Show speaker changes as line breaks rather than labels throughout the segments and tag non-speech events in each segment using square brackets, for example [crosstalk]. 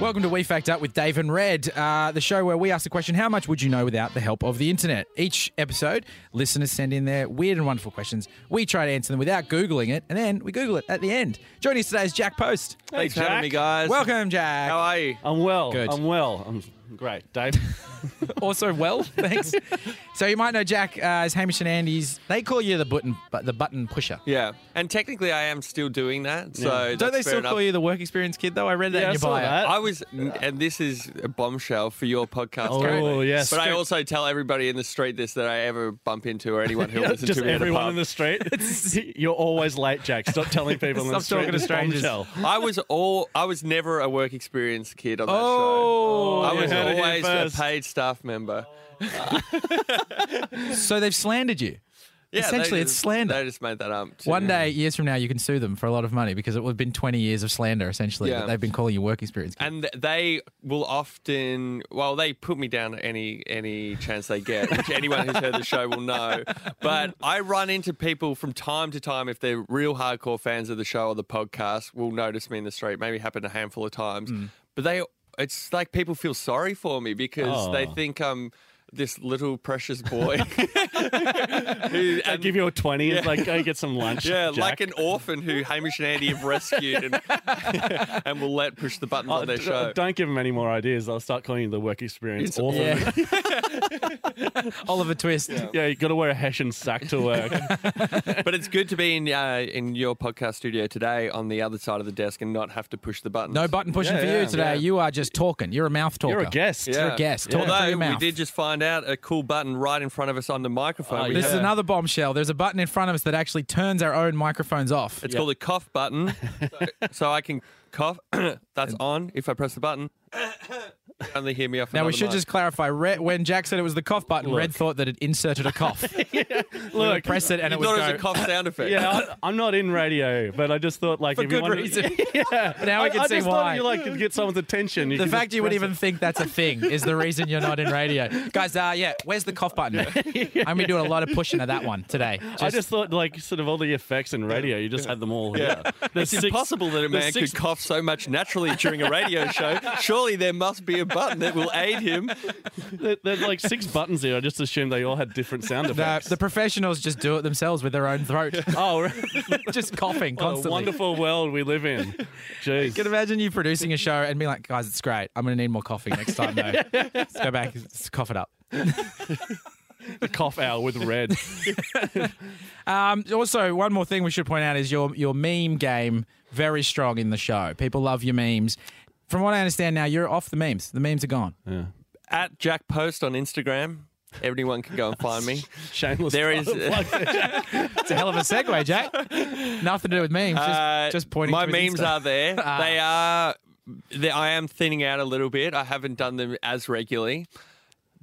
Welcome to We Fact Up with Dave and Red, uh, the show where we ask the question, how much would you know without the help of the internet? Each episode, listeners send in their weird and wonderful questions. We try to answer them without Googling it, and then we Google it at the end. Joining us today is Jack Post.
Thanks for
Jack. Oh.
having me, guys.
Welcome, Jack.
How are you?
I'm well.
Good.
I'm well. I'm great,
[laughs]
Dave.
Also, well, [laughs] thanks. so you might know Jack uh, as Hamish and Andy's. They call you the button, but the button pusher.
Yeah, and technically, I am still doing that. So
Don't they
that's fair
still
enough.
call you the work experience kid though? I read that
Yeah,
in
I
your
saw
bio.
that.
I was, and this is a bombshell for your podcast.
Oh,
currently.
yes.
But I also tell everybody in the street this that I ever bump into or anyone
[laughs]
who listens
Just
to me
everyone
in
in
the
[laughs]
the street. [laughs] You're always late, Jack. Stop telling people in the
Stop
street.
talking to
this
strangers.
bombshell.
pub. [laughs] I was all. I was never a work experience kid on that
Oh,
show. I
you
was
heard it here
always a
first.
paid staff member.
So they've slandered you.
Yeah, they
Essentially, it's
just-
slander.
They just made that up. to-
One day, years from now, you can sue them for a lot of money because it would have been 20 years of slander, essentially,
Yeah.
that they've been calling you work experience. kid.
and th- they will often well they put me down at any any chance they get which anyone who's heard the show will know but i run into people from time to time if they're real hardcore fans of the show or the podcast will notice me in the street maybe happened a handful of times
Mm.
but they it's like people feel sorry for me because they
Oh.
think i'm this little precious boy [laughs] Who-
I
and-
give you a twenty. and Like, go get some lunch.
yeah,
Jack.
like an orphan who Hamish and Andy have rescued and, [laughs] and will let push the buttons
Oh,
on their
d-
show.
Don't give them any more ideas. They'll start calling you the work
It's-
experience orphan. [laughs] Yeah,
Yeah. [laughs] Oliver Twist.
you got to wear a Hessian sack
[laughs]
to work.
But it's good to be in uh, in your podcast studio today on the other side of the desk and not have to push the buttons.
No button pushing
Yeah,
for
yeah,
you today.
yeah.
You are just talking. You're a mouth talker.
You're a guest.
Yeah.
You're a guest. Talk through
Although
your
we
mouth.
did just find out a cool button right in front of us on the microphone.
Oh,
We
this is
have-
Yeah.
another bombshell. There's a button in front of us that actually turns our own microphones off.
It's called a
[laughs]
cough button, so, so I can cough. [clears throat] That's on if I press the button. Only hear me off.
now, we
another
should
mic.
just clarify Red, when Jack said it was the cough button, Red
Look.
thought that it inserted a cough.
Look,
Press it and
You
it would
thought it was
go.
a
[laughs]
cough sound effect.
yeah, I, I'm not in radio, but I just thought like
For
if
good
you wanted, [laughs]
reason.
yeah.
Now I can
I
see
just
why.
Thought you like could get someone's attention. You
The
could
fact
just
you would
press
even
it.
think that's a thing is the reason you're not in
[laughs]
radio. Guys, uh, yeah, where's the cough button? I'm going to do a lot of pushing of that one today.
I just thought, like, sort of all the effects in radio, you just had them all. Yeah,
It's impossible that a man could cough so much naturally during a radio show. Surely there must be a button that will aid him.
There, there's like six buttons here. I just assumed they all had different sound
The,
effects.
the professionals just do it themselves with their own throat.
[laughs] oh, right.
[laughs] just coughing
[laughs] what a
constantly.
wonderful world we
[laughs]
live in. Jeez.
can imagine you producing a show and being like, guys, it's great. I'm going to need more coughing next time,
[laughs]
though. Let's go back, let's cough it up.
the cough owl with red. [laughs]
Um, also, one more thing we should point out is your, your meme game, very strong in the show. People love your memes. From what I understand now, you're off the memes. The memes are gone.
At Jack Post on Instagram, everyone can go and find
[laughs]
me.
Shameless.
There is- uh,
It's a hell of a
[laughs]
segue, Jack. Nothing to do with memes. Just,
Uh,
just pointing.
My
to his
memes
Insta. Ah. [laughs]
are there. They are. They, I am thinning out a little bit. I haven't done them as regularly,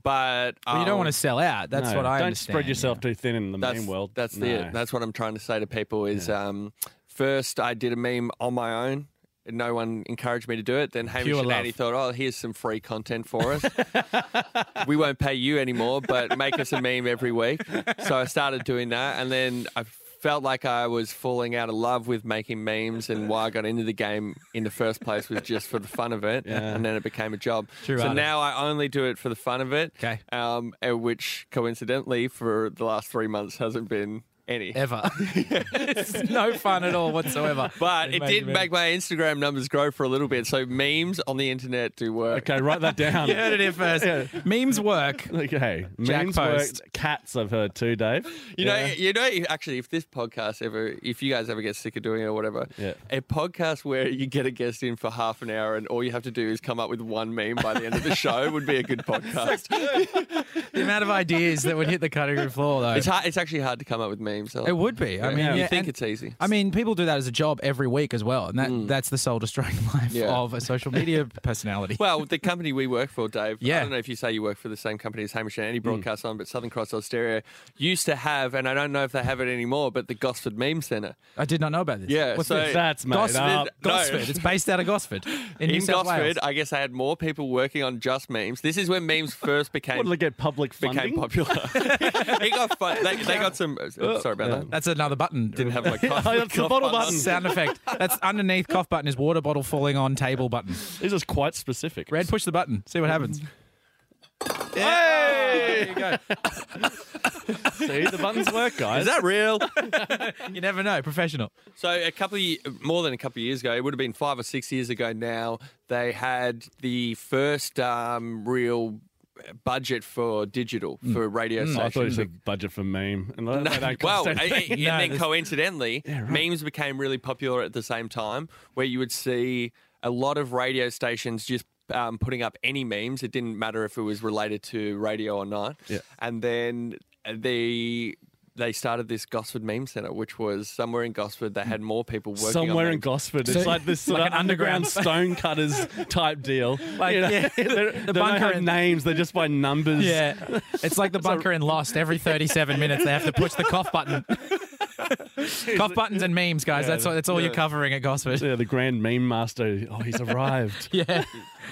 but
But you don't
I'll-
want to sell out. That's what I
don't
understand.
spread yourself too thin in the
That's
meme world.
That's
no.
the. That's what I'm trying to say to people is. Um, first, I did a meme on my own. and No one encouraged me to do it. Then Hamish
Pure
and
love.
Andy thought, "Oh, here's some free content for us. [laughs] we won't pay you anymore, but make us a meme every week." So I started doing that, and then I felt like I was falling out of love with making memes, and why I got into the game in the first place was just for the fun of it, and then it became a job.
True
so
artist.
now I only do it for the fun of it.
Okay.
Um, uh, which coincidentally for the last three months hasn't been any. [laughs]
ever. it's no fun at all whatsoever.
But it
made
did
me-
make my Instagram numbers grow for a little bit. So memes on the internet do work.
Okay, write that
[laughs]
down.
You heard it here [laughs] first. Memes work.
Okay,
Jack
memes work.
Post.
Cats, I've heard too, Dave.
You know,
Yeah.
you know. Actually, if this podcast ever, if you guys ever get sick of doing it or whatever,
Yeah.
a podcast where you get a guest in for half an hour and all you have to do is come up with one meme by the end of the show would be
[laughs]
a good podcast.
The amount of ideas that would hit the cutting room floor, though.
it's hard. It's actually hard to come up with memes.
it would be. I mean,
Yeah.
yeah,
you think
and-
it's easy.
I mean, people do that as a job every week as well, and that, that's the soul destroying [laughs] life
Yeah.
of a social media
[laughs]
personality.
Well, the company we work for, Dave.
Yeah. Mm.
I don't know if you say you work for the same company as Hamish and Andy broadcast on, but Southern Cross Austereo used to have, and I don't know if they have it anymore, but the Gosford Meme Centre.
I did not know about this.
Yeah,
What's
so uh,
this?
That's made
Gosford.
up.
No.
Gosford. It's based out of Gosford in, New
In
South
Gosford, uh,
Wales.
I guess I had more people working on just memes. This is when memes first
[laughs]
What
became
[laughs] did they get public
became
funding?
popular. they got fun, they, they got some. Sorry, Sorry about that.
That's another button.
Didn't
[laughs]
have my cough.
That's the
cough
bottle button.
sound effect. That's underneath cough button is water bottle falling on table button.
This is quite specific.
Red, push the button. See what happens. [laughs]
Hey!
See, the buttons
[laughs]
work, guys.
Is that real?
You never know. Professional.
So a couple of ye- more than a couple of years ago, it would have been five or six years ago now. They had the first um, real budget for digital for radio
Oh, I thought you
stations.
said budget for meme. And no,
well, a- a- and
No,
then
this-
coincidentally, memes became really popular at the same time, where you would see a lot of radio stations just um, putting up any memes. It didn't matter if it was related to radio or not.
Yeah.
And then the they started this Gosford Meme Centre, which was somewhere in Gosford. They had more people working
somewhere
on
in
memes.
Gosford.
So-
it's like this sort
like
of
an underground-
underground,
[laughs]
stonecutters type deal.
Like, yeah, the
they're, [laughs] they don't
bunker
have
in-
names. They're just by numbers.
Yeah. It's like the bunker in Lost. Every 37 minutes, they have to push the cough [laughs] button. cough buttons and memes, guys. that's all, that's all you're covering at Gosford.
Yeah, the grand meme master. Oh, he's
[laughs]
arrived.
Yeah.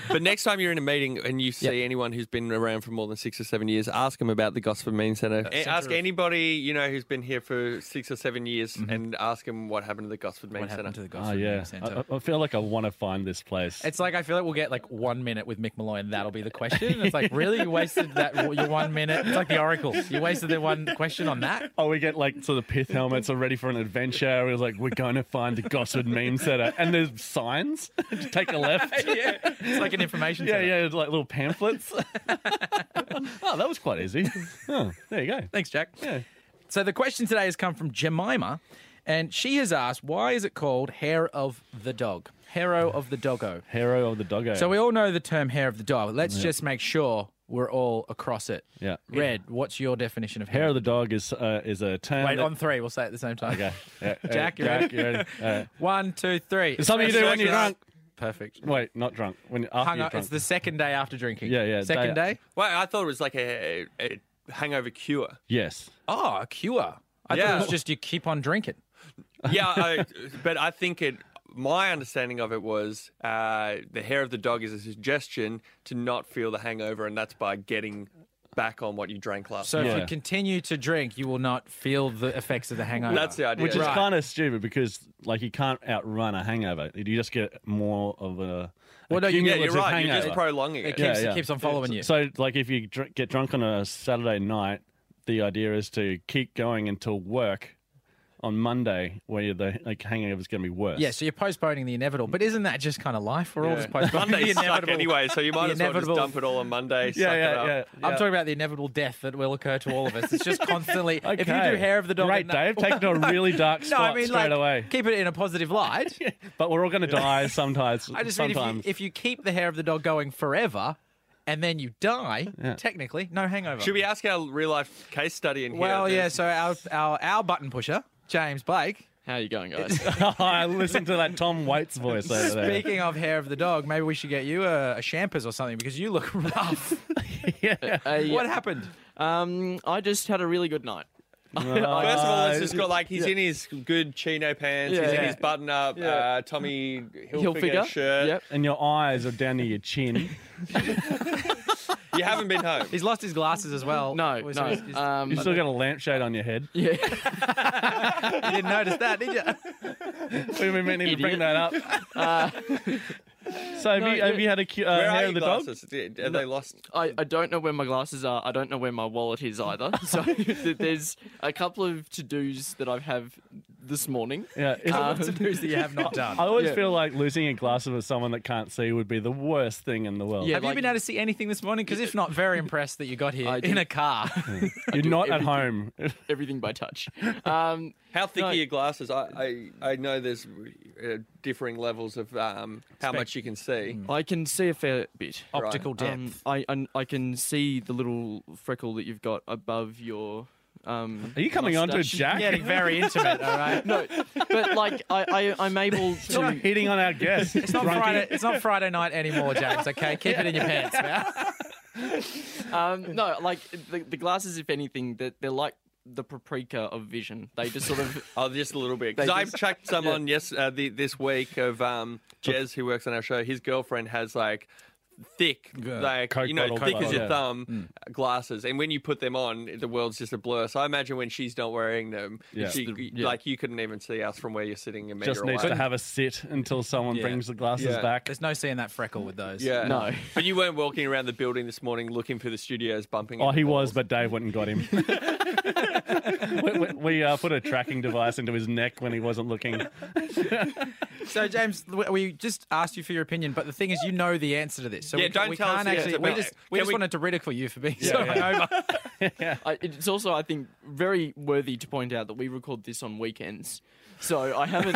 But next time you're in a meeting and you see anyone who's been around for more than six or seven years, ask them about the Gosford Meme Centre.
Uh,
And ask anybody you know who's been here for six or seven years, and ask them what happened to the Gosford Meme Centre.
Ah,
oh, yeah. I, I- I feel like I want to find this place.
Uh, It's like I feel like we'll get like one minute with Mick Malloy, and that'll be the [laughs] question. It's like really, you wasted that your one minute. It's like the Oracle. You wasted the one question on that.
Oh, we get like sort of pith helmets are ready for an adventure. We're like, we're going to find the Gosford meme center, and there's signs. [laughs] Just Take a left.
[laughs] Yeah, it's like an information.
Yeah,
center.
yeah, like
[laughs]
little pamphlets. oh, that was quite easy. Oh, there you go.
Thanks, Jack.
Yeah.
So the question today has come from Jemima, and she has asked, "Why is it called hair of the dog? Hero of the doggo."
Hero of the doggo.
So we all know the term hair of the dog. Let's just make sure we're all across it.
yeah.
Red, what's your definition of hair?
Hair of the dog is uh, is a term.
Wait,
that-
on three, we'll say it at the same time.
Okay. Yeah,
[laughs]
yeah,
Jack, you ready?
Alright.
One, two, three.
It's something you do when you're drunk.
Perfect.
Wait, not drunk. When after
Hung
you're
up.
drunk.
It's the second day after drinking.
Yeah, yeah,
Second
day-
day.
Well, I thought it was like a, a hangover cure.
Yes.
Oh, a cure. I thought
Yeah.
it was just you keep on drinking.
Yeah, I, but I think it. My understanding of it was uh, the hair of the dog is a suggestion to not feel the hangover, and that's by getting back on what you drank last.
So
night.
if you
Yeah.
continue to drink, you will not feel the effects of the hangover.
that's the idea.
Which
Right.
is kind of stupid because like you can't outrun a hangover. You just get more of a.
Well, no, you-
yeah, you're
cumulative
right. You're just
hangover.
prolonging
It
it.
keeps,
Yeah, yeah.
It keeps on following you.
So, like, if you dr- get drunk on a Saturday night, the idea is to keep going until work on Monday, where the like, hangover is going to be worse.
yeah, so you're postponing the inevitable. But isn't that just kind of life? We're all
[laughs]
just postponing the
Mondays suck
inevitable.
anyway, so you might
the
as well just
inevitable-
dump it all on Monday.
yeah,
suck
yeah,
it up.
yeah,
I'm
yeah.
talking about the inevitable death that will occur to all of us. It's
[laughs]
just constantly. If you
Okay.
do hair of the dog,
Great,
and [laughs]
Dave. Take it to a really dark
no, I
spot
mean
straight
like
away.
keep it in a positive
[laughs]
light.
[laughs] But we're all going to die sometimes.
[laughs] I just mean if you,
sometimes.
if you keep the hair of the dog going forever, and then you die, technically no hangover.
Should we ask our real life case study in
Well,
here?
yeah. So our our our button pusher, James Blake.
How you going, guys?
[laughs] I listened to that Tom Waits voice over [laughs] there.
Speaking of hair of the dog, maybe we should get you a, a shampers or something because you look [laughs] rough.
[laughs] yeah.
[laughs] Uh,
[laughs]
yeah.
What happened?
Um, I just had a really good night. [laughs]
First of all, it's just
Uh,
got like he's in his good chino pants, he's in
Yeah.
his button up uh, Tommy Hilfiger,
Hilfiger?
shirt.
Yep.
And your eyes are down near your chin.
You haven't been home.
He's lost his glasses as well.
No,
Oh,
no.
so he's- he's-
um,
You still got a lampshade on
[laughs]
your head.
[laughs] yeah.
you didn't notice that, did you?
We've been meaning to
[laughs]
bring that up.
Uh,
so have, you,
no,
have you had a cu- uh,
Where are
hair
your
of the dog?
glasses? Did- Are they lost?
I, I don't know where my glasses are. I don't know where my wallet is either. [laughs] So th- there's a couple of to dos that I have this morning.
Yeah. is it-
What to do that you have not done?
I always
Yeah.
feel like losing a glass of someone that can't see would be the worst thing in the world.
Yeah.
Have you
like-
been able to see anything this morning? Because if not, very impressed that you got here
I
in
did.
a car.
You're
do
not at
everything.
home.
Everything by touch. Um,
How thick
No.
are your glasses? I, I, I know there's uh, differing levels of um, how much you can see.
I can see a fair bit.
Optical Oh, depth.
Um, I, I I can see the little freckle that you've got above your. Um,
Are you coming onto
mustache.
Jack?
Getting very intimate, all right.
No, but like I, I I'm able
You're not
to.
hitting on our guest.
It's not Friday. It's not Friday night anymore, James. Okay, keep it in your pants. Man.
Um, no, like the, the glasses, if anything, that they're like the paprika of vision. They just sort
[laughs]
of
Oh, just a little bit. Because
They
I've
just- [laughs]
checked someone yes uh, the, this week of um, Jez, who works on our show. His girlfriend has like thick,
Yeah.
like
Coke
you know,
bottle, Mm.
thick
Coke
as your
bottle.
thumb uh, glasses. And when you put them on, the world's just a blur. So I imagine when she's not wearing them,
Yeah.
she,
yeah.
like you couldn't even see us from where you're sitting a meter
Just needs
away.
to have a sit until someone
Yeah.
brings the glasses
Yeah.
back.
There's no seeing that freckle with those.
yeah,
No.
[laughs] But you weren't walking around the building this morning looking for the studios bumping.
Oh,
into
he was,
walls.
but Dave went and
[laughs]
got him. we we- we, uh, put a tracking device into his neck when he wasn't looking.
So James, w- we just asked you for your opinion, but the thing is, you know the answer to this. So
Yeah,
we,
don't
we
tell us
can't
the
actually.
answer,
we
but
just, we
can
just
we-
wanted to ridicule you for being so [laughs] hungover.
I, it's also, I think, very worthy to point out that we record this on weekends. So
[laughs]
I haven't.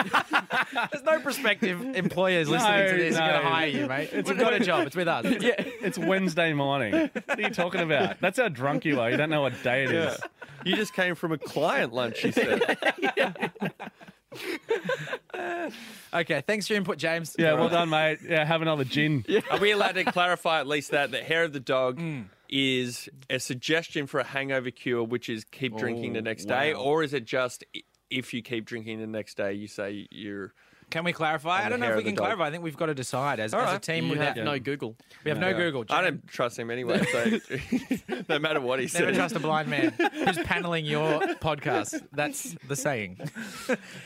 There's no prospective employers listening to
No,
this are going to
no.
hire you, mate. It's We've got a job. It's with us.
yeah.
It's Wednesday morning. What are you talking about? That's how drunk you are. You don't know what day it is.
you just came from a client lunch. You
[laughs]
said.
Okay, thanks for your input, James.
Yeah, well
Alright.
done, mate. Yeah, have another gin.
Are we allowed to clarify at least that the hair of the dog
Mm.
is a suggestion for a hangover cure, which is keep drinking
Oh,
the next day,
wow.
or is it just i- if you keep drinking the next day, you say you're
Can we clarify?
And
I don't
the
know if
hair
we
of the
can
dog.
clarify. I think we've got to decide as, as a
Alright.
team.
You
without,
have no Google.
we have no
Yeah.
Google.
I don't trust him anyway,
[laughs]
so [laughs] no matter what he
Never
[laughs] says.
trust a blind man who's paneling your podcast. That's the saying.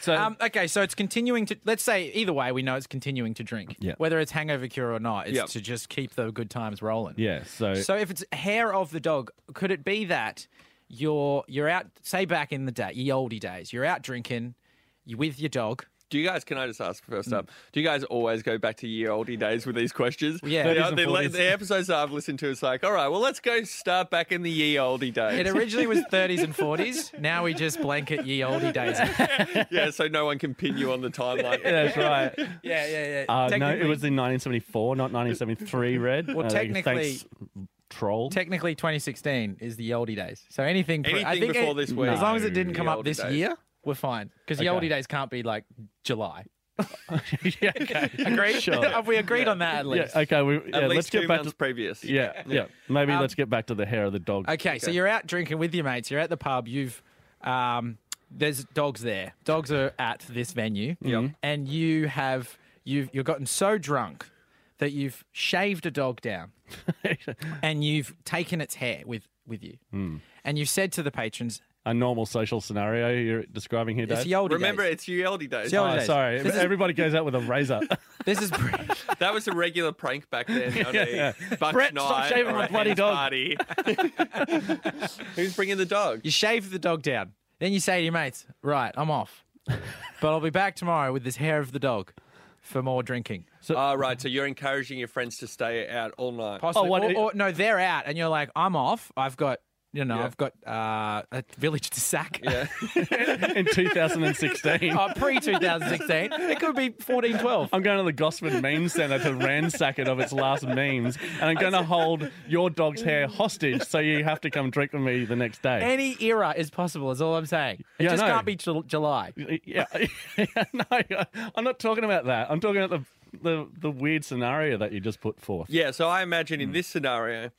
So,
Um, okay, so it's continuing to. Let's say either way, we know it's continuing to drink.
Yeah.
Whether it's hangover cure or not, it's
Yep.
to just keep the good times rolling.
yeah, so,
So if it's hair of the dog, could it be that you're you're out? Say back in the day, ye oldie days, you're out drinking, you with your dog.
do you guys? Can I just ask first
Mm.
up? Do you guys always go back to year oldie days with these questions?
Yeah.
You
30s
know,
and
the,
40s.
the episodes that I've listened to, it's like, all right, well, let's go start back in the ye oldie
It
days.
originally was 30s and 40s. Now we just blanket ye oldie days. Yeah,
[laughs] yeah, so no one can pin you on the timeline.
[laughs] yeah, that's right.
yeah, yeah.
Uh, no,
technically,
it was in 1974,
[laughs]
not 1973, Red. Well,
technically-
Thanks, troll.
technically 2016 is the ye oldie days. So anything, pre- I
Anything
think
before
it-
this week.
as long as it didn't
Ye
come up
olde
this
days.
year, we're fine. Because ye
Okay.
oldie days can't be like July.
[laughs]
[laughs]
yeah, okay.
Agreed?
Sure.
[laughs] Have we agreed on that at
Yeah,
least?
okay. We, yeah,
At least
let's
two
get back
months
to.
previous.
Yeah,
[laughs]
yeah. Maybe
Um,
let's get back to the hair of the dog.
Okay, so
Okay.
you're out drinking with your mates. You're at the pub. You've um, there's dogs there. Dogs are at this venue.
Yep. Mm-hmm.
And you have you've you've gotten so drunk that you've shaved a dog down,
[laughs]
and you've taken its hair with with you,
Hmm.
and you've said to the patrons,
[laughs] A normal social scenario you're describing here,
"It's
Dave.
the old
Remember, it's ye oldie days.
Ye olde
Oh,
days.
sorry.
This is-
Everybody goes out with a
[laughs]
razor. [laughs]
This is
[laughs]
pre-
That was a regular prank back then. yeah,
Brett, stop shaving my bloody dog.
Party. [laughs] Who's bringing the dog?
you shave the dog down. Then you say to your mates, "Right, I'm off, but I'll be back tomorrow with this hair of the dog for more drinking."
Oh, right. So you're encouraging your friends to stay out all night.
Possibly.
Oh, what-
or, or- no, they're out, and you're like, I'm off. I've got, you know,
Yeah.
I've got uh, a village to sack.
yeah.
in 2016.
[laughs] Oh, pre 2016.
[laughs]
It could be 14, 12.
I'm going to the Gosford Meme Centre to ransack it of its last memes, and I'm going to hold your dog's hair hostage, so you have to come drink with me the next day.
Any era is possible, is all I'm saying. It
Yeah,
just
I know.
can't be Jul- July.
yeah, [laughs] no, I'm not talking about that. I'm talking about the, the the weird scenario that you just put forth.
[laughs] Yeah. So I imagine in this scenario,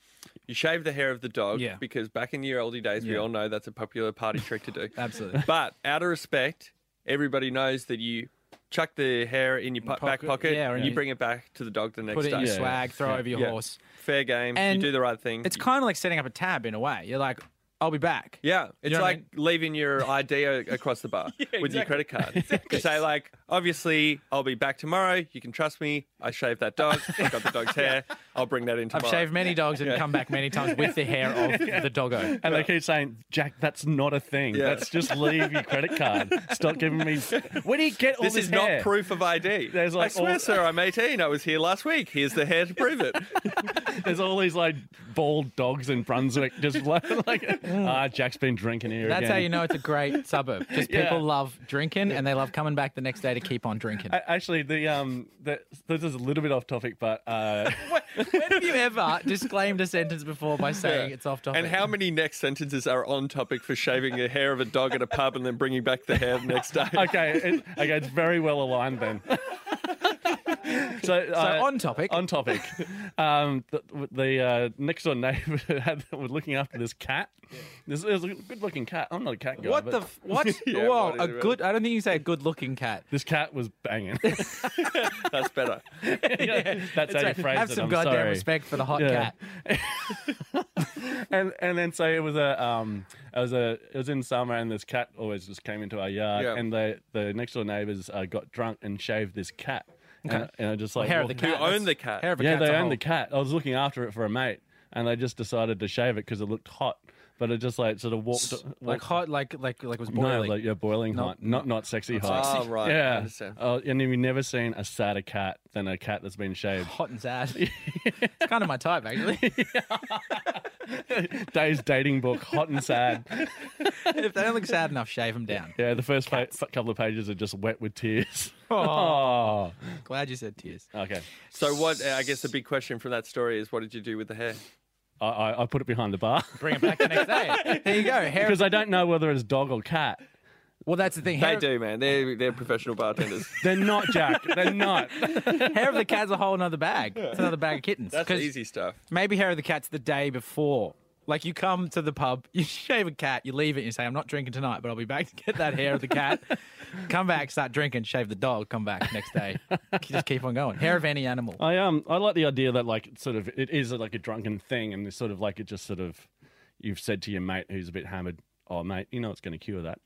you shave the hair of the dog
Yeah.
because back in your oldie days, we all know that's a popular party trick to do.
Absolutely.
But out of respect, everybody knows that you chuck the hair in your po- back
Pocket,
pocket,
yeah, or in
you
your-
bring it back to the dog the next
Put it
day.
in your
Yeah.
swag, throw it over your
Yeah.
horse.
Fair game.
And
you do the right thing.
It's kind of like setting up a tab in a way. You're like, I'll be back.
Yeah, it's
know what I
like
[laughs]
leaving your ID a- across the bar with your credit card. You say like, obviously, I'll be back tomorrow. You can trust me. I shaved
[laughs]
that dog. I got the dog's hair. I'll bring that in
I've
tomorrow.
shaved many dogs and come back many times with the hair
[laughs]
of the doggo.
And they keep saying, Jack, that's not a thing.
Yeah.
That's just leave your credit card. Stop giving me. Where do you get all this,
This is
hair?
not proof of
[laughs]
ID.
There's like
I swear,
all-
sir, I'm 18. I was here last week. Here's the hair to
[laughs]
prove it.
There's all these like bald dogs in Brunswick, just [laughs] like, like, ah, Jack's been drinking here
That's
again.
how you know it's a great suburb. Just
Yeah.
people love drinking and they love coming back the next day to keep on drinking.
A- Actually, the um, the, this is a little bit off topic, but uh, [laughs]
When have you ever disclaimed a sentence before by saying
Yeah.
it's off topic?
And how many next sentences are on topic for shaving the hair of a dog at a
[laughs]
pub and then bringing back the hair the next day?
okay, it, okay, it's very well aligned then. [laughs] So,
So
uh,
on topic.
on topic,
[laughs]
um, the, the uh, next door neighbor [laughs] had, was looking after this cat. This is a good looking cat. I'm not a cat guy.
What
but
the? F-
[laughs]
what?
Yeah,
Whoa,
what is
a
it, really?
good. I don't think you say a good-looking cat.
this cat was
[laughs]
banging. [laughs]
That's better.
That's how you phrase
Have
it.
some
I'm
goddamn
sorry.
respect for the hot
Yeah.
cat.
and and then so it was a um it was a it was in summer and this cat always just came into our yard
Yeah.
and the the next door neighbors uh, got drunk and shaved this cat and, and I just like
Hair of
well,
the
Who
cat.
owned the cat?
Hair of a
yeah
cat's
they
a
owned the
whole-
cat I was looking after it for a mate and they just decided to shave it because it looked hot but it just like sort of walked, walked
Like hot, like like like was
no
boiling.
like yeah boiling hot not not sexy hot
Oh, right. I
yeah
understand.
oh, and you've never seen a sadder cat than a cat that's
[laughs]
been shaved
hot and sad.
[laughs]
it's kind of my type actually. [laughs]
Dave's dating book hot and sad
if they don't look sad enough, shave them down.
yeah the first pa- couple of pages are just wet with tears [laughs] oh.
Glad you said tears.
Okay.
So what? I guess the big question from that story is, what did you do with the hair?
I, I, I put it behind the bar [laughs]
Bring it back the next day. There you go. Hair.
because I don't know whether it's dog or cat.
well, that's the thing.
They
Hair,
do, man. They're they're professional bartenders.
They're not Jack.
[laughs]
They're not.
hair of the cat's a whole another bag. It's another bag of kittens.
That's
[laughs] 'Cause
easy stuff.
Maybe hair of the cat's the day before. Like you come to the pub, [laughs] you shave a cat, you leave it, and you say, "I'm not drinking tonight, but I'll be back to get that hair of the
[laughs]
cat." come back, start drinking, shave the dog, come back next
[laughs]
day. You just keep on going. Hair of any animal.
I um I like the idea that like it's sort of it is like a drunken thing and it's sort of like it just sort of you've said to your mate who's a bit hammered, oh mate, you know it's going to cure that.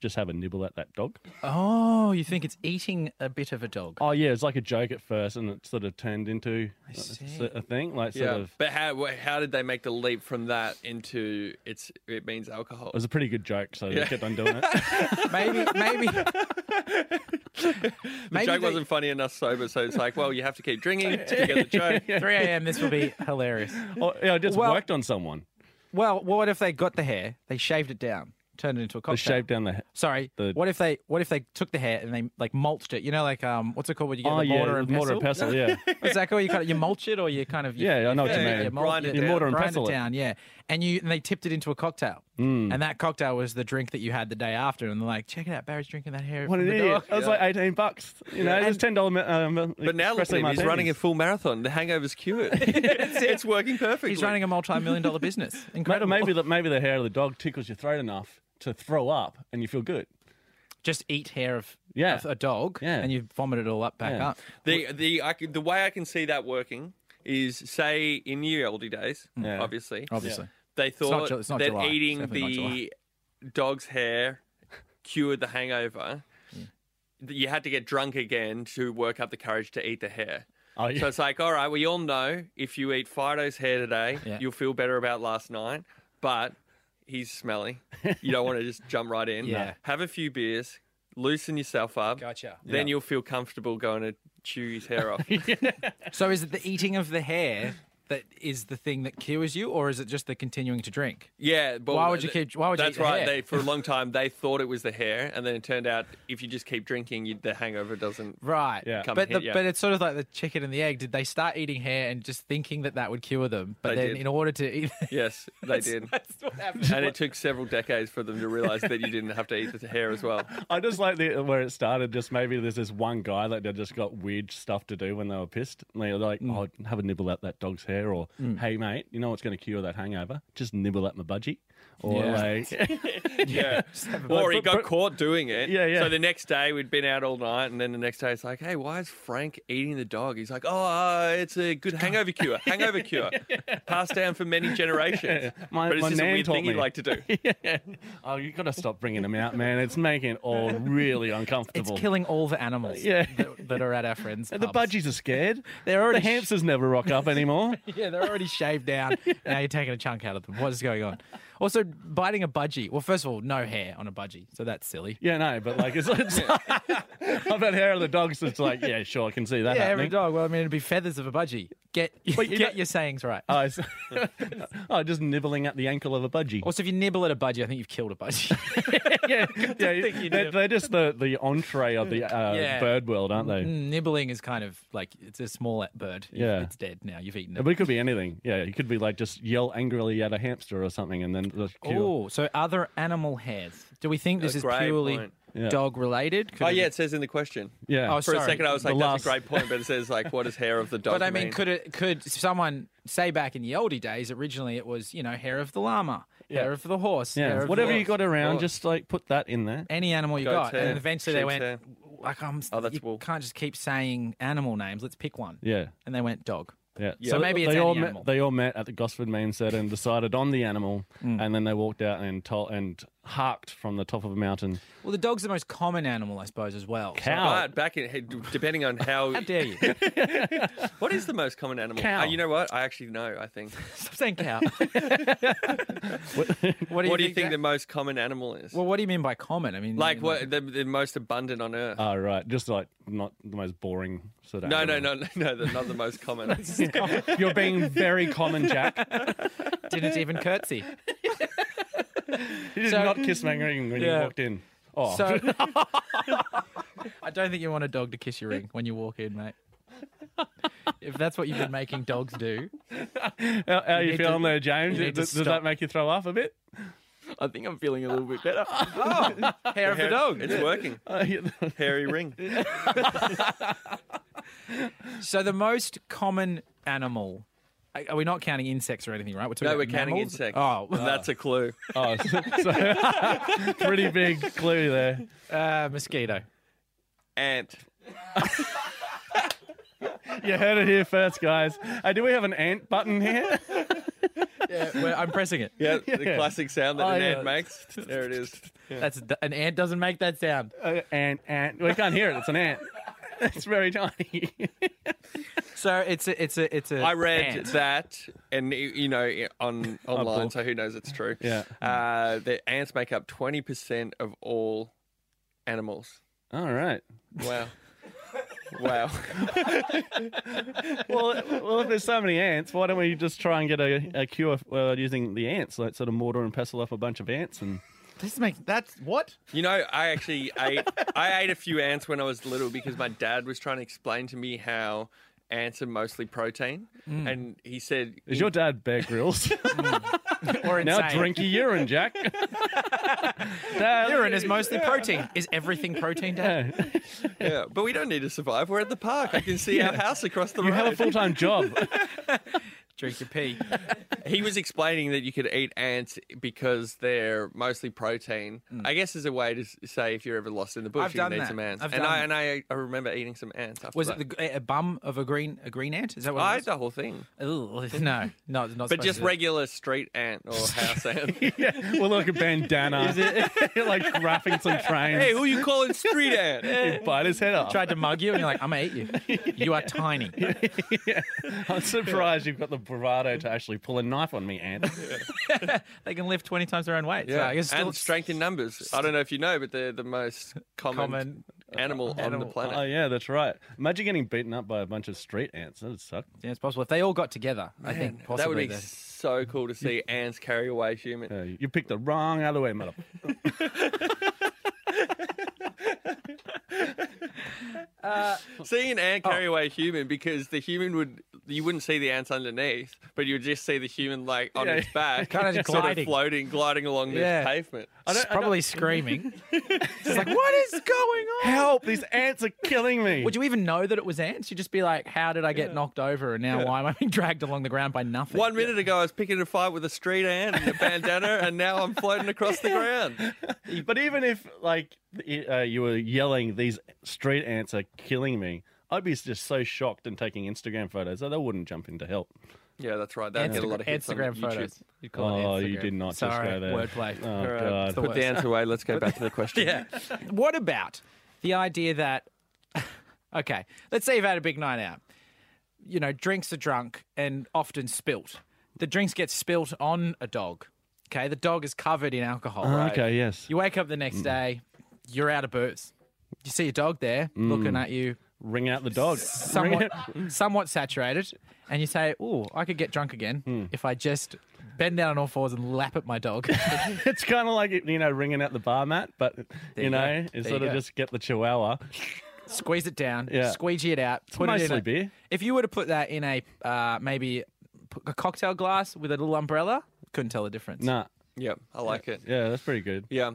Just have a nibble at that dog.
Oh, you think it's eating a bit of a dog?
Oh yeah, it's like a joke at first, and it sort of turned into a-
see.
a thing. Like sort of,
But how wh- how did they make the leap from that into it's it means alcohol?
it was a pretty good joke, so
Yeah.
they kept on doing
[laughs]
it.
Maybe,
[laughs]
maybe.
The
maybe
joke
they-
wasn't funny enough sober, so it's like, well, you have to keep drinking
[laughs]
to get the joke.
3 a.m. This will be hilarious.
oh, yeah, I just
Well-
worked on someone.
Well, what if they got the hair, they shaved it down, turned it into a
I
cocktail?
shaved down the.
Sorry.
the-
what if they what if they took the hair and they like mulched it? You know, like um, what's it called? Where you get
Oh
the
yeah,
mortar and
mortar
pestle.
pestle. Yeah,
[laughs]
Is that called? You kind of you mulch it or you kind of you,
Yeah, I know what you
yeah,
mean.
mul-
Grind it
you
down.
Mortar and
grind it
pestle it. Mm.
down, yeah. And you and they tipped it into a cocktail, and that cocktail was the drink that you had the day after. And they're like, check it out, Barry's drinking that hair.
What
from
an
the
idiot!
dog."
[laughs] That was
Yeah.
like eighteen bucks. You know, it's ten dollar. Um,
But now look at him, he's running a full marathon. The
[laughs]
hangover's cured. [laughs] it's working perfectly.
He's running a multi-million dollar
[laughs]
business.
Maybe,
Incredible.
maybe the maybe the hair of the dog tickles your throat enough to throw up, and you feel good.
just eat hair of,
Yeah.
of a dog,
Yeah.
and you vomit it all up back
Yeah.
up.
The the I can, the way I can see that working is say in your oldie days,
Mm.
Yeah.
obviously.
Obviously,
They
not
thought
Ju- it's not
that
July. It's
eating
definitely not
the dog's hair cured the hangover.
Mm.
That You had to get drunk again to work up the courage to eat the hair.
Oh, yeah.
So it's like, all right, we all know if you eat Fido's hair today,
Yeah.
you'll feel better about last night, but he's smelly. You don't want to just jump right in.
Yeah.
Have a few beers, loosen yourself up.
gotcha.
Then you'll feel comfortable going to chew his
[laughs]
hair off.
So is it the eating of the hair that is the thing that cures you, or is it just the continuing to drink?
Yeah, but
Why would you keep- why would you
That's
eat the
right.
hair?
They
[laughs]
for a long time they thought it was the hair, and then it turned out if you just keep drinking, you, the hangover doesn't.
Right.
Yeah.
Come
But
hit
the,
ya.
but it's sort of like the chicken and the egg. Did they start eating hair and just thinking that that would cure them? But
They
then
did.
in order to eat, [laughs]
Yes, they did,
that's what happened.
and it took several decades for them to realize that you didn't have to eat the hair as well.
I just like the, where it started. Just maybe there's this one guy that they just got weird stuff to do when they were pissed. And they're like,
Mm.
"Oh, have a nibble at that dog's hair," or "Hey, mate, you know what's going to cure that hangover? Just nibble at my budgie." Or
Yeah.
like,
Yeah, or he
But-
got
but-
caught doing it.
Yeah, yeah.
So the next day we'd been out all night, and then the next day it's like, hey, why is Frank eating the dog? He's like, oh, uh, it's a good hangover cure. Hangover cure, passed down for many generations.
My-
but it's
my
just
nan
a weird
taught
thing you
me.
like to do.
[laughs] "Oh, you got to stop bringing them out, man. It's making it all
[laughs]
really
It's
uncomfortable."
killing all the animals
Yeah.
that, that are at our friends.
And the
pubs.
budgies are scared.
[laughs] They're already
the hamsters never rock
[laughs]
up anymore.
Yeah, they're already shaved down. Now you're taking a chunk out of them. What is going on? Also, biting a budgie. Well, first of all, no hair on a budgie, so that's silly.
Yeah, no, but like it's, it's [laughs] I've had hair of the dogs. It's like, yeah, sure, I can see that.
Yeah, every
happening.
dog. Well, I mean, it'd be feathers of a budgie. Get
you
get
know-
your sayings right.
Oh, [laughs] it's- oh, just nibbling at the ankle of a budgie.
also, if you nibble at a budgie, I think you've killed a budgie.
yeah, yeah,
think you
they're,
nib-
they're just the, the entree of the uh,
Yeah.
bird world, aren't
Mm.
they?
Nibbling is kind of like it's a small bird. You've-
Yeah.
it's dead now. You've eaten
But
it.
it could be anything. Yeah, you could be like just yell angrily at a hamster or something, and then the cure.
Oh, so other animal hairs. Do we think this
A
is
great
purely?
point.
dog related? Could
Oh
it-
yeah, it says in the question.
Yeah.
Oh,
For a
Sorry,
second, I was
the
like, "That's a
last-
great point," but it says like, "What is hair of the dog?"
But I mean, could it could someone say back in the oldie days? Originally, it was you know hair of the llama, hair
Yeah.
of the horse, hair
yeah.
of
Whatever
the,
you got around,
horse.
just like put that in there.
any animal you
Goat's
got, and
hair,
eventually they
sheep's
went
hair.
like I'm.
Oh, that's
you
wool.
can't just keep saying animal names. Let's pick one,
Yeah.
and they went dog.
Yeah.
So maybe it's
they
any
all
animal.
met, they all met at the Gosford Main Set and decided on the animal, and then they walked out and told and harked from the top of a mountain.
Well, the dog's the most common animal, I suppose, as well. So-
Cow.
But back in depending on how,
how dare you?
[laughs]
what is the most common animal?
Cow.
Uh, you know what? I actually know. I think.
Stop saying
[laughs]
cow. [laughs] what do you
what do you think
that-
the most common animal is?
well, what do you mean by common? I mean, you
like
mean
what the, the most abundant on earth?
Oh, right. Just like not the most boring sort of.
no, no,
animal.
no, [laughs] no, no, the- not the
[laughs]
most common.
[laughs] You're being very common, Jack.
didn't even curtsy.
You did
So-
not kiss Mangering when
Yeah.
you walked in.
[laughs]
Oh,
So I don't think you want a dog to kiss your ring when you walk in, mate. If that's what you've been making dogs do,
how, how
you
you,
need
feeling
to-
there, James?
you need to
Does, does
stop.
that make you throw up
[laughs]
a bit?
I think I'm feeling a little bit better.
hair of the dog.
It's working.
Oh,
Uh, yeah.
Hairy ring.
So the most common animal. Are we not counting insects or anything, right? We're talking
[laughs] No,
about
we're counting
mammals?
insects. Ah.
Oh,
[laughs] that's a clue.
[laughs] Oh, so, so- [laughs] pretty big clue there.
uh, mosquito.
Ant.
You heard it here first, guys. Hey, do we have an ant
[laughs]
button here?
Yeah, well, I'm pressing it. [laughs]
Yeah, the
Yeah.
classic sound that
Oh,
an
yeah.
ant makes. There it is.
That's an ant doesn't make that sound.
Uh, ant, ant. We can't hear it. It's an ant. [laughs] It's very tiny. [laughs]
So it's a, it's a, it's a.
I read
ant.
that, and you know, [laughs] on online,
book.
so who knows it's true.
Yeah.
uh, the ants make up twenty percent of all [laughs] animals.
All right.
Wow, wow.
Well, well, if there's so many ants, why don't we just try and get a, a cure uh, using the ants, like sort of mortar and pestle off a bunch of
[laughs]
ants and.
This makes that's what
You know, I actually ate I ate a few ants when I was little because my dad was trying to explain to me how ants are mostly protein, and he said,
Is your dad Bear
[laughs]
Grylls?
Mm, or
[laughs] now
insane.
drink your
[laughs]
urine, Jack. dad. [laughs]
urine is mostly protein. Is everything protein? Dad?
Yeah.
yeah, "But we don't need to survive. We're at the park. I can see our house across the
You
road."
have a full
[laughs]
time job.
Drink your
[laughs]
pee.
he was explaining that you could eat ants because they're mostly protein. I guess as a way to s- say if you're ever lost in the bush,
I've
you can
done
eat
that.
some ants.
I've
and
done
I
that.
and I, I remember eating some ants. After
Was
that.
it the, a bum of a green a green ant? Is that what
I
it
ate the whole thing,
was? Ew, no, no, it's not.
but
supposed
just
to do that.
regular street ant or house ant.
yeah. Well, like a bandana. [laughs] like graphing some trains.
hey, who you calling street [laughs] ant?
He'd bite his head off.
tried to mug you, and you're like, I'm gonna eat you.
[laughs]
You are tiny.
I'm surprised you've got the bravado to actually pull a knife on me, Ant.
They can lift twenty times their own weight. So I guess still
and strength in numbers. I don't know if you know, but they're the most common,
Common
animal, on
animal.
the planet.
oh, yeah, that's right. Imagine getting beaten up by a bunch of street ants. That would suck.
Yeah, it's possible. If they all got together, I think possibly.
that would be
the-
so cool to see ants carry away human.
Uh, you picked the wrong other way, mother.
Seeing an ant carry away a human because the human would you wouldn't see the ants underneath, but you would just see the human like on
Yeah.
its back,
Kinda just
sort
gliding.
of floating, gliding along
Yeah.
this pavement.
It's probably
[laughs]
screaming. It's like, what is going on?
Help! These ants are killing me.
Would you even know that it was ants? You'd just be like, how did I get knocked over and now why am I being dragged along the ground by nothing?
One minute ago, I was picking a fight with a street ant and a bandana, and now I'm floating across the ground.
But even if like i- uh, you were yelling, "These street ants are killing me," I'd be just so shocked and taking Instagram photos. that I wouldn't jump in to help.
Yeah, that's right. That get a lot of hits on
Instagram
YouTube.
photos. You'd call it
oh, you
Instagram.
did not
Sorry,
just go there.
Wordplay.
Oh
All right,
god.
the
Put the
worst.
ants away. Let's go back to the question. yeah.
What about the idea that, [laughs] okay, let's say you've had a big night out. You know, drinks are drunk and often spilt. The drinks get spilt on a dog. Okay, the dog is covered in alcohol.
Oh,
right?
Okay. Yes.
You wake up the next day, you're out of booze. You see your dog there looking at you,
Ring out the dog. Ring [laughs]
somewhat
it-
somewhat saturated, and you say, "Oh, I could get drunk again if I just bend down on all fours and lap at my dog."
[laughs] It's kind of like you know ringing out the bar mat, but you,
you
know,
go. There
it's
you
sort of
go.
just get the chihuahua.
Squeeze it down,
Yeah.
squeegee it out, put it in.
Mostly
A,
beer.
If you were to put that in a uh, maybe p- a cocktail glass with a little umbrella, couldn't tell the difference.
Nah.
Yep. I like it.
Yeah, that's pretty good.
Yeah.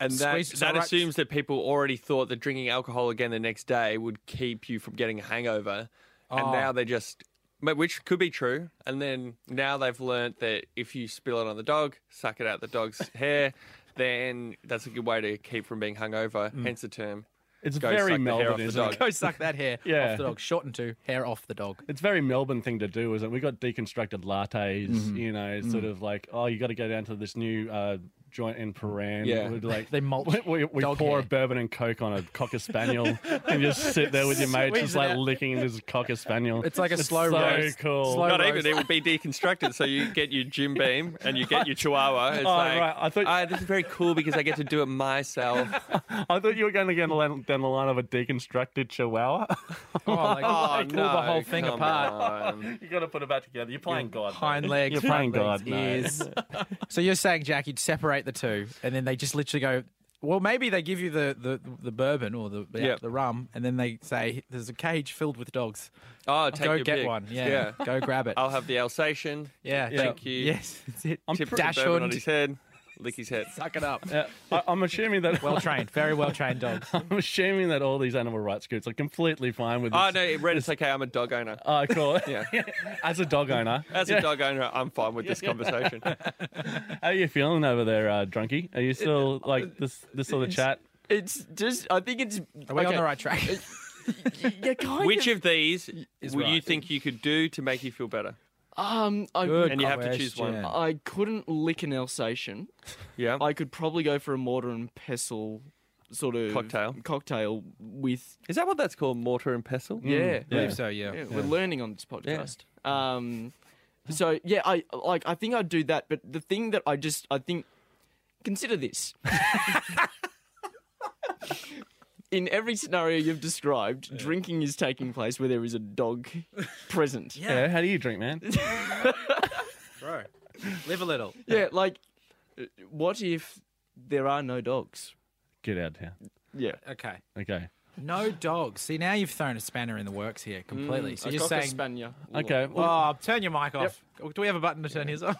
And that,
Squeeze- so
that
right-
assumes that people already thought that drinking alcohol again the next day would keep you from getting a hangover. And
Oh.
now they just, but which could be true. And then now they've learnt that if you spill it on the dog, suck it out the [laughs] dog's hair, then that's a good way to keep from being hungover. Hence the term.
It's
Go
very
suck the hair off
Melbourne,
the
isn't
dog.
it?
[laughs] Go suck that hair
[laughs] Yeah.
off the dog. Shorten to hair off the
[laughs]
dog.
It's very Melbourne thing to do, isn't it? We got deconstructed lattes, you know, sort of like, oh, you got to go down to this new uh, joint in Paran.
Yeah.
We'd
[laughs]
like
They mulch
We, we, we
dog
pour a
hair.
bourbon and coke on a cocker spaniel and just sit there with your mates,
Squeeze
just
it
like
out.
licking this cocker spaniel.
It's like a slow
so
roast.
Cool.
Slow-
Not
roast.
even, it would be deconstructed. So you get your [laughs] Jim Beam and you get your Chihuahua. It's
Oh,
like,
right. I thought-
"Ah, this is very cool because I get to do it myself.
I thought you were going to get down the line of a deconstructed chihuahua.
Oh, like,
[laughs] [laughs] oh,
pull
no,
the whole thing
come
apart.
on.
you got to put it back together. You're playing God. mate.
Hind legs,
[laughs] You're
front
playing God, mate.
legs, ears.
[laughs]
so you're saying, Jack, you'd separate the two, and then they just literally go. Well, maybe they give you the, the, the bourbon or the the,
Yep.
the rum, and then they say, "There's a cage filled with dogs.
Oh, take
go
your
get
pick.
one. Yeah, go grab it.
I'll have the [laughs] Alsatian.
yeah,
Thank you.
Yes, that's it.
I'm
Tip
Tip
dash
some bourbon on
Hund.
his head. [laughs] Lick his head.
Suck it up.
Yeah, [laughs] I, I'm assuming that.
[laughs] Well trained, very well trained dogs.
[laughs] I'm assuming that all these animal rights groups are completely fine with this.
Oh no, it read it's okay. I'm a dog owner.
Oh, cool. [laughs]
Yeah.
As a dog owner,
As a dog owner, I'm fine with [laughs] this conversation.
how are you feeling over there, uh, drunky? Are you still like this? This sort of chat?
It's just, I think it's.
Are we on
okay.
the right track?
Yeah, kind
Which
of.
of these would you
right.
think you could do to make you feel better?
Um, I,
And you have to choose one.
question.
I couldn't lick an Alsatian.
Yeah.
I could probably go for a mortar and pestle sort of
Cocktail.
cocktail with mm,
Is that what that's called? Mortar and pestle?
yeah,
I
Yeah.
believe so. Yeah.
yeah, We're learning on this podcast. Um, so yeah, I like. I think I'd do that. But the thing that I just, I think, consider [laughs] this. In every scenario you've described, drinking is taking place where there is a [laughs] dog present.
Yeah. How do you drink, [laughs] man?
bro. Live a little.
Yeah, like, uh, what if there are no dogs?
Get out of here.
Yeah.
Okay.
Okay.
No dogs. See, now you've thrown a spanner in the works here completely.
Mm,
so you're saying,
Spaniel.
Okay. Well,
oh, turn your mic off. Do we have a button to turn his off?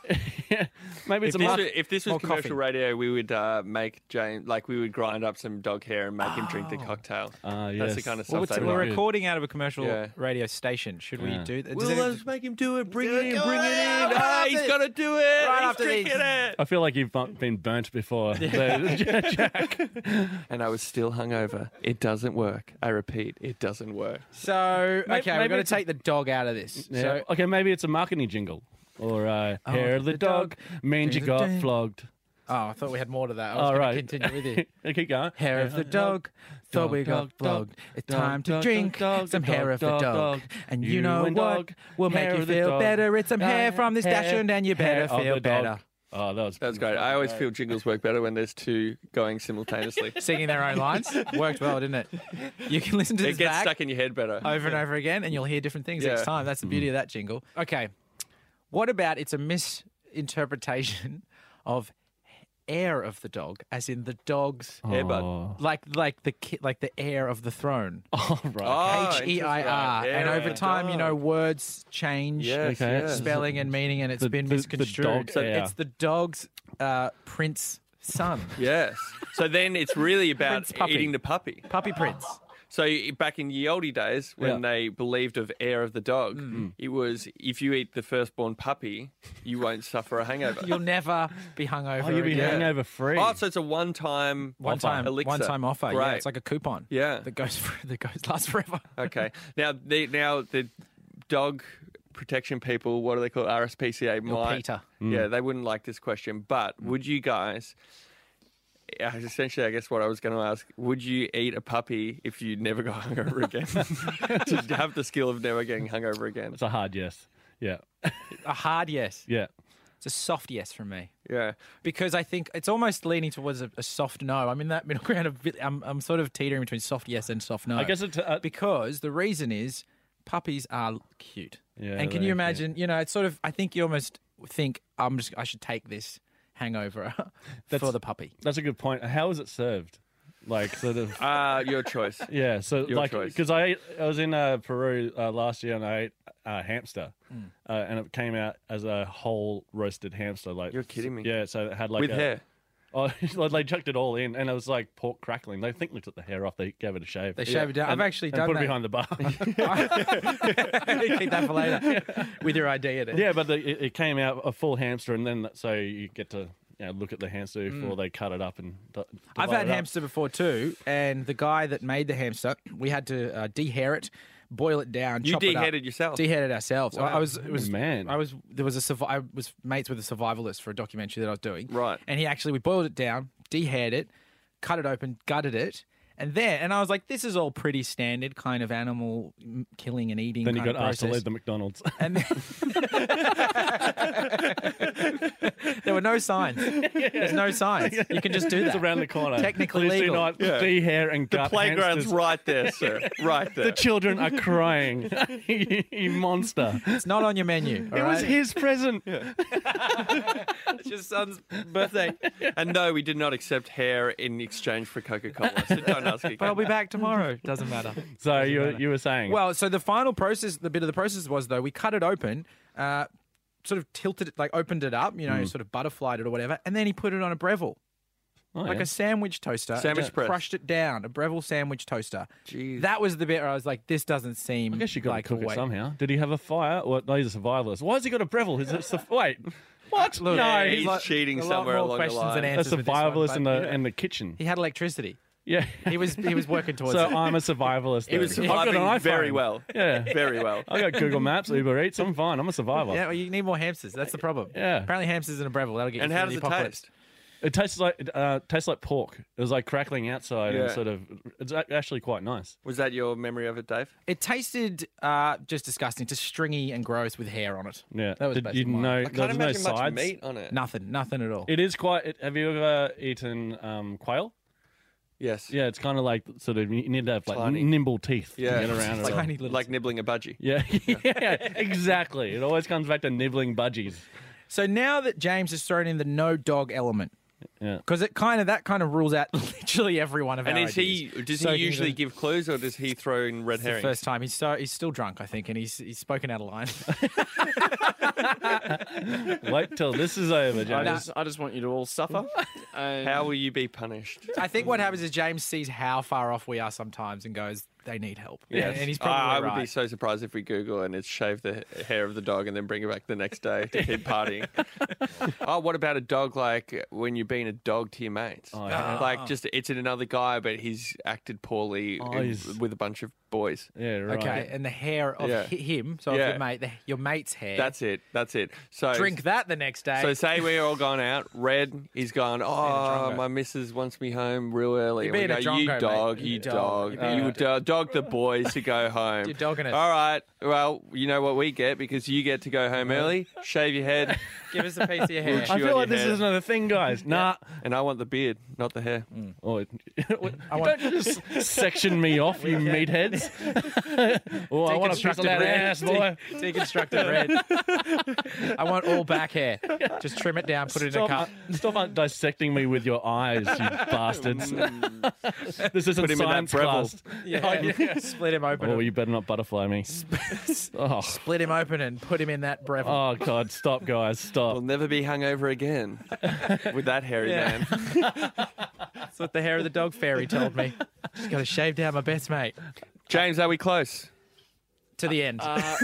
maybe
If
it's
this,
a [laughs] mark.
were- if this was
More
commercial
coffee.
radio, we would uh, make James like we would grind up some dog hair and make him drink the cocktail.
Ah,
That's the
yes.
kind of
Well,
stuff
it's-
they
we're
like.
right.
recording out of a commercial
Yeah.
radio station. Should we
Yeah.
do that?
Well, uh,
Does anyone-
let's make him do it. Bring it in. Bring it
right
in.
after
Ah, he's
this.
got to do it.
Right
he's
after
drinking it.
I feel like you've bu- been burnt [laughs] before. Jack.
and I was still hungover. It doesn't work. I repeat, it doesn't work.
so,
May-
okay, we're
maybe
going
it's
to
a-
take the dog out of this.
Yeah.
So,
okay, maybe it's a marketing jingle. Or uh, hair of the,
the
dog,
dog,
manger
do the
got
ding.
flogged.
oh, I thought we had more to that. I was
All
going
right,
to continue
[laughs]
with you.
Keep going.
Hair of the dog, thought we got
dog, dog,
flogged. It's
dog,
time to
dog,
drink
dog, dog,
some
dog,
hair of the
dog,
dog.
dog.
And
You
you know
and
what?
dog,
We'll
hair
make you
of the
feel
dog.
better. It's some hair from this
Hair-
dashund, and you better
hair of
feel
the dog.
better.
Oh, that was
That was great. I always feel jingles work better when there's two going [laughs] simultaneously.
Singing their own [laughs] lines worked well, didn't it? You can listen to this
it gets
back
stuck in your head better.
over and over again, and you'll hear different things
Yeah.
each time. That's the beauty of that jingle. Okay, what about it's a misinterpretation of heir of the dog, as in the dog's
Airbud. [laughs]
Oh,
like like the ki- like the heir of the throne.
all right.
Oh,
H E I R.
interesting.
And
Yeah.
over time, you know, words change
Yes,
Okay.
yes.
spelling and meaning, and it's
The-
been
the- the
misconstrued.
dog
so
heir.
it's the dog's uh, prince son,
Yes. So then it's really about
Prince puppy.
eating the puppy.
puppy prince.
So back in ye olde days, when
Yeah.
they believed of heir of the dog,
Mm.
it was if you eat the firstborn puppy, you won't suffer a
[laughs]
hangover.
You'll never be hungover.
Oh, you'll be
again.
hangover free.
Oh, so it's a one-time
One time,
elixir.
one time offer. Yeah,
Great.
it's like a coupon.
Yeah.
that goes for, that goes [laughs] lasts forever.
Okay. Now the now the dog protection people, what do they call it? RSPCA? Might,
PETA.
Yeah, they wouldn't like this question. But would you guys? uh, Essentially, I guess what I was going to ask: Would you eat a puppy if you never got [laughs] hungover again? to have the skill of never getting hungover again.
It's a hard yes. Yeah.
A hard yes.
[laughs]
Yeah.
It's a soft yes from me
Yeah.
because I think it's almost leaning towards a, a soft no. I'm in that middle [laughs] ground of bit- I'm I'm sort of teetering between soft yes and soft no.
I guess it's. Uh,
because the reason is puppies are cute.
Yeah,
and can
they
you
are
imagine? You know, it's sort of. I think you almost think I'm just. I should take this hangover [laughs] for
That's-
the puppy. [laughs]
that's a good point. How is it served? Like, sort of.
[laughs] Uh, your choice.
Yeah, so
Your
like
choice.
because I ate- I was in uh, Peru uh, last year and I ate uh, hamster,
Hmm.
uh, and it came out as a whole roasted hamster. Like
You're kidding me.
Yeah, so it had like
With
a,
hair.
[laughs] Oh, they chucked it all in, and it was like pork crackling. They think they took the hair off. They gave it a shave.
They shave it down. I've actually
and
done
put
that.
it behind the
[laughs]
bar. [laughs]
Keep that for later with your idea. in it.
yeah, but they, it, it came out a full hamster, and then so you get to you know, look at the hamster before they cut it up and. d-
Mm. I've
divide
had
it up.
hamster before too, and the guy that made the hamster, we had to uh, dehair it, boil it down.
You
chop it up.
deheaded yourself?
Deheaded ourselves. I- I was, it was
man.
I was there was a survi- I was mates with a survivalist for a documentary that I was doing.
Right.
and he actually we boiled it down, dehaired it, cut it open, gutted it. And then, and I was like, "This is all pretty standard kind of animal mm, killing and eating."
Then you
kind
got
of
asked to
process.
leave the McDonald's.
And then [laughs] there were no signs. There's no signs. You can just do that.
[laughs] it's around the corner.
Technically
Please do
legal.
not de-hair and
The
gut
playground's
hamsters.
right there, sir. Right there.
The children are crying. [laughs] you, you monster.
It's not on your menu. all
[laughs] It was
right?
his present.
It's your son's birthday. and no, we did not accept hair in exchange for Coca Cola. So don't ask again.
But I'll be back tomorrow. Doesn't matter.
So you, were- you were saying.
Well, so the final process, the bit of the process was though, we cut it open, uh, sort of tilted it, like opened it up, you know,
Mm.
sort of butterflied it or whatever, and then he put it on a Breville,
Oh,
like
yeah.
a sandwich toaster. and
Sandwich
just
press.
Crushed it down, a Breville sandwich toaster.
Jeez.
That was the bit where I was like, this doesn't seem
I guess you got
like
to cook
a
it
way.
somehow. Did he have a fire? Or no, he's a survivalist. Why has he got a Breville? Is it surv- [laughs] wait, what?
Look,
no,
he's
he's like
cheating
a lot
somewhere
more
along the
questions
line.
than
a
answers. with this one,
survivalist in the
but
in the kitchen.
He had electricity.
Yeah.
He was he was working towards
[laughs] So
it.
I'm a survivalist.
He was
then. I've got an
surviving very
iPhone.
well.
Yeah.
Very well.
I got Google Maps, Uber Eats. I'm fine. I'm a survivor.
yeah, well, you need more hamsters. That's the problem.
Yeah.
Apparently, hamsters and a Breville that'll get you
And
through
how
the
does it
apocalypse.
taste?
It tastes like it, uh, tastes like pork. It was like crackling outside
Yeah.
and sort of. It's ac- actually quite nice.
Was that your memory of it, Dave?
It tasted uh, just disgusting, just stringy and gross with hair on it.
Yeah.
That was
Did you
basically mine.
know
I
there
can't
was no
imagine much
sides?
meat on it.
Nothing, nothing at all.
It is quite. It, have you ever eaten um, quail?
Yes.
Yeah, it's kind of like sort of. You need to have like
Tiny.
nimble teeth
Yeah.
to get
[laughs]
around it. all.
Tiny little
Like nibbling a budgie. [laughs]
Yeah, yeah, [laughs] exactly. It always comes back to nibbling budgies.
So now that James has thrown in the no dog element,
Yeah.
because it kind of that kind of rules out [laughs] literally every one of
And
our
is he?
ideas.
Does
So
he usually
even-
give clues, or does he throw in red
It's the
herrings?
first time he's so he's still drunk, I think, and he's he's spoken out of line. [laughs]
Wait till this
[laughs]
is over,
I
James.
just, I just want you to all suffer. [laughs] And
How will you be punished?
I think what happens is James sees how far off we are sometimes and goes, "They need help." Yeah,
Yes.
and he's
I- Ah, I,
probably
would be
right.
so surprised if we Google and it's shave the h- hair of the dog and then bring it back the next day to keep partying.
[laughs]
oh, what about a dog like when you're being a dog to your mates?
Oh, yeah.
Like just it's in another guy, but he's acted poorly
Oh,
in-
he's-
with a bunch of boys.
Yeah, right.
okay, and the hair of
Yeah.
hi- him, so of
Yeah.
your mate, the, your mate's hair.
That's it. That's it. So
drink that the next day.
So say we're all gone out. Red is gone. Oh,
drongo."
my missus wants me home real early.
You're
And we
being a
go,
drongo, mate. You
you dog, you
dog.
dog,
You're being
you
a
do- dog the boys
[laughs]
to go home.
You're dogging us.
All right. Well, you know what we get because you get to go home early, shave
[laughs]
your head,
Give us a piece
[laughs]
of your hair.
I
chew on
feel like
your
this
hair.
is another thing, guys. Nah.
and I want the beard, not the hair.
Mm.
Oh, it- [laughs]
I
[laughs]
want
just section me off, you meatheads. oh, I want to piss on that ass, boy.
De- deconstructed red.
[laughs]
I want all back hair. Just trim it down, put it in a
Stop, [laughs]
cup.
stop uh, dissecting me with your
[laughs]
eyes, you bastards.
Mm.
this isn't
Put him in that
science
Breville.
class.
Yeah. Split him open.
Oh,
and-
you better not
[laughs]
butterfly me. oh,
Split him open and put him in that Breville.
oh, God, stop, guys,
I'll
stop.
never be
[laughs]
hungover again with that hairy
Yeah.
man.
That's what the hair of the dog fairy told me. Just got to shave down my best mate
James, are we close?
to the end.
[laughs]
uh,
[laughs]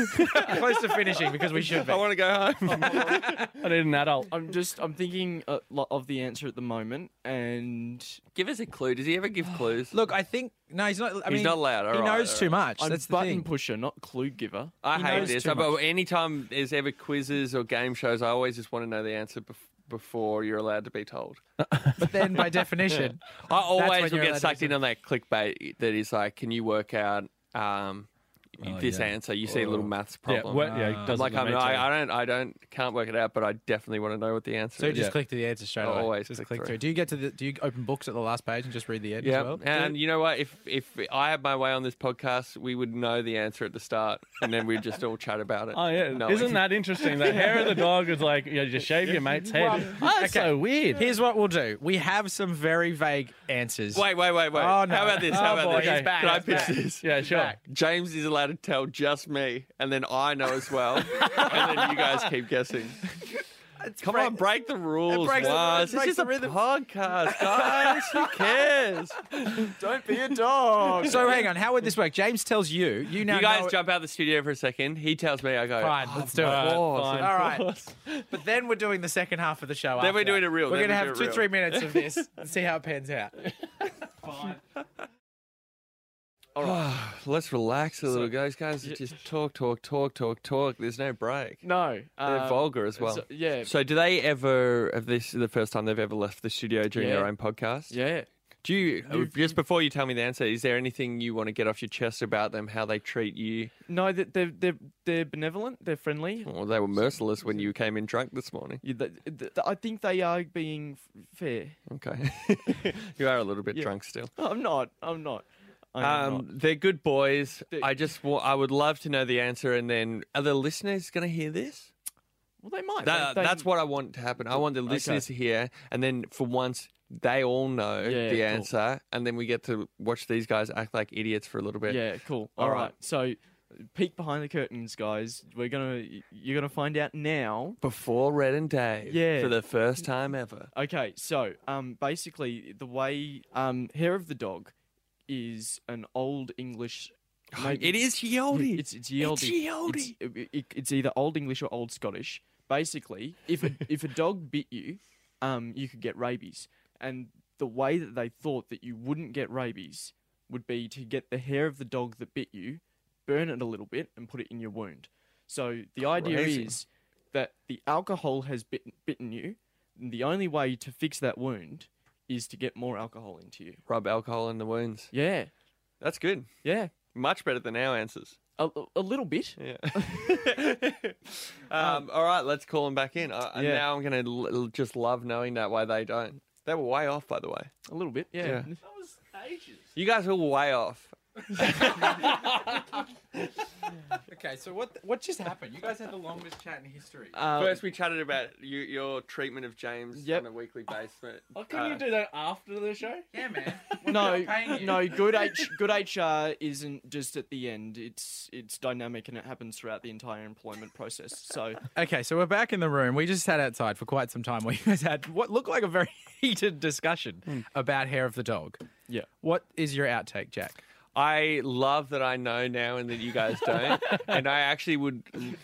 Close to finishing because we should be.
I want to go home.
I need an adult.
I'm just I'm thinking a lot of the answer at the moment, and
[laughs] Give us a clue. Does he ever give clues?
Look, I think no, he's not. I
He's
mean,
not allowed.
he
All right,
knows
all
too much.
I'm
That's the
button
thing.
pusher, not
[laughs]
clue giver.
I
He
hate
knows
this.
too
But
much.
anytime there's ever quizzes or game shows, I always just want to know the answer bef- before you're allowed to
[laughs]
be told.
but then,
[laughs]
by definition,
I
when
always will
you're allowed
get
to
sucked
do
in on that clickbait that is like, can you work out um,
Oh,
this
yeah.
answer? You see a little maths problem.
Yeah, well, yeah, it doesn't
Uh, like I'm,
matter.
I, I don't, I don't, can't work it out, but I definitely want to know what the answer
so you
is.
just
Yeah.
click to the answer straight
I'll
away.
always
just
click
click
through.
through. Do you get to the? Do you open books at the last page and just read the end
Yeah,
as well?
and you know what? If if I had my way on this podcast, we would know the answer at the start, and then we'd just all chat about
[laughs]
it.
Oh yeah,
No,
isn't that interesting? The hair of the dog is like you know, just shave your mate's head. oh, that's so weird.
Here's what we'll do. We have some very vague answers.
[laughs] Wait, wait, wait, wait.
Oh, no.
How about this?
Oh,
How about
boy,
this?
he's back,
Can I
he's
pitch
back.
this?
Yeah, sure.
Back.
James is allowed
[laughs]
to tell just me, and then I know as well, and then you guys keep guessing. Come on, break the rules.
breaks the- it
Waz. This
breaks
is
the
a podcast, guys.
[laughs]
Who cares?
Don't be a dog.
So hang on, how would this work? James tells you. You now
You guys
know it-
jump out of the studio for a second. He tells me, I go,
Fine,
"Oh,
let's do it.
of course."
All right. But then we're doing the second half of the show.
Then we're
after
doing
that.
it real.
We're
Then
gonna
we
have
do
two,
it real.
three minutes of this [laughs] and see how it pans out.
[sighs] Let's relax a little, guys. Guys, just talk, talk, talk, talk, talk. There's no break.
No.
They're
um,
vulgar as well.
so- yeah.
So, do they ever? Have this is the first time they've ever left the studio during
Yeah.
their own podcast?
yeah.
Do you uh, just before you tell me the answer? Is there anything you want to get off your chest about them? How they treat you?
No, they- they're they're they're benevolent. They're friendly.
Well, they were merciless when you came in drunk this morning.
You- th- th- th- I think they are being f- fair. [laughs]
Okay, you are a little bit
Yeah.
drunk still.
I'm not. I'm not. I'm
Um, they're good boys. I just wa- I would love to know the answer, and then are the listeners going to hear this?
Well, they might.
That,
They- they-
that's what I want to happen. I want the listeners to hear, and then for once they all know
Yeah,
the
cool.
answer, and then we get to watch these guys act like idiots for a little bit.
Yeah, cool.
All
All
right.
right. So, peek behind the curtains, guys. We're gonna. You're gonna find out now.
Before Red and Dave,
Yeah.
for the first time ever.
Okay. So, um, basically, the way um, hair of the dog is an old English. maybe-
[sighs] It is Yeldy.
It's it's
It's
Yeldy. It's, it- it- it's either old English or old Scottish. Basically, if
[laughs]
a, if a dog bit you, um, you could get rabies. And the way that they thought that you wouldn't get rabies would be to get the hair of the dog that bit you, burn it a little bit, and put it in your wound. So the idea
Crazy.
is that the alcohol has bitten, bitten you. And the only way to fix that wound is to get more alcohol into you.
Rub alcohol in the wounds.
Yeah,
That's good.
yeah.
Much better than our answers.
A, a little bit.
[laughs] Yeah. um, all right, let's call them back in. I, and
Yeah.
Now I'm going to l- just love knowing that why they don't. They were way off, by the way.
A little bit.
Yeah.
yeah.
You guys were way off.
Okay, so what what just happened? You guys had the longest chat in history.
Um,
First, we chatted about you, your treatment of James
Yep.
on a weekly basis.
Oh, couldn't you do that after the show?
yeah, man.
no,
not paying you.
no. Good H, good HR isn't just at the end. It's it's dynamic and it happens throughout the entire employment process. So
Okay, so we're back in the room. We just sat outside for quite some time. We [laughs] guys had what looked like a very [laughs] heated discussion about hair of the dog.
yeah,
What is your outtake, Jack?
I love that I know now and that you guys
[laughs]
don't. and I actually would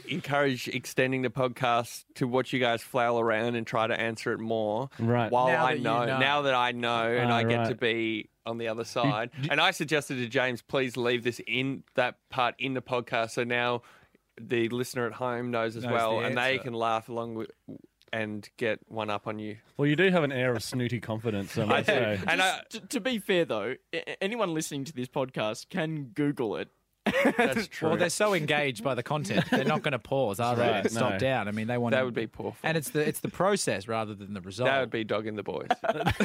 encourage extending the podcast to watch you guys flail around and try to answer it more.
Right.
While
Now
I
that you
know,
know.
now that I know and
Ah,
I get
right.
to be on the other side. and I suggested to James, please leave this in that part in the podcast. So now the listener at home knows as
Knows
well
the
and they
answer.
can laugh along with and get one up
[laughs]
on you.
Well, you do have an air of snooty confidence. I
I
must
do.
say.
And I,
T- to be fair though, a- a- anyone listening to this podcast can Google it.
that's true.
Well, they're so engaged by the
[laughs]
content, they're not going to pause, are they?
Right,
Stop
no.
down. I mean, they want
that would be poor. form.
and it's the it's the process rather than the result.
that would be dogging the boys.
[laughs]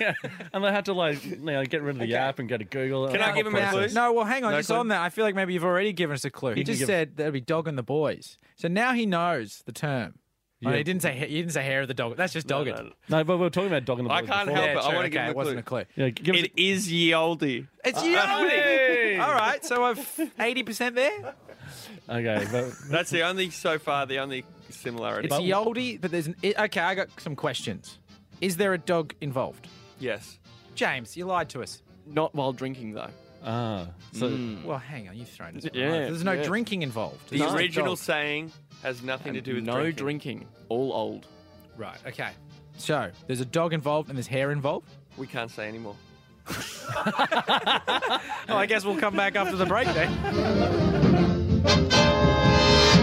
yeah. And they had to like you know, get rid of the app and go to Google.
Can I give 'em a clue?
No, well, hang on.
No
just
clue?
on that, I feel like maybe you've already given us a clue. He
can
just
give-
said there'd be dog and the boys. So now he knows the term. Oh,
Yeah.
he didn't say he he didn't say hair of the [laughs] dog. That's just dogged.
no, no.
No, but we were talking about dog and the
I
Boys
can't
before.
help
Yeah,
but I
true,
wanna give
okay,
him a
it wasn't
clue.
a clue.
Yeah, give us
It is Yoldi.
It's you.
Hey!
All right, so I've [laughs] eighty percent there.
okay, but
[laughs] That's the only so far the only similarity.
It's Yoldi, but there's an it, okay. I got some questions. Is there a dog involved?
yes.
James, you lied to us.
Not while drinking though.
ah, so
Well, hang on, you've thrown us. one
Yeah,
over. There's no
yeah.
drinking involved.
The
It's just a
original
dog.
saying has nothing to do with
no
drinking.
all old.
Right. Okay. So there's a dog involved and there's hair involved.
We can't say anymore.
Oh, I guess we'll come back after the break then.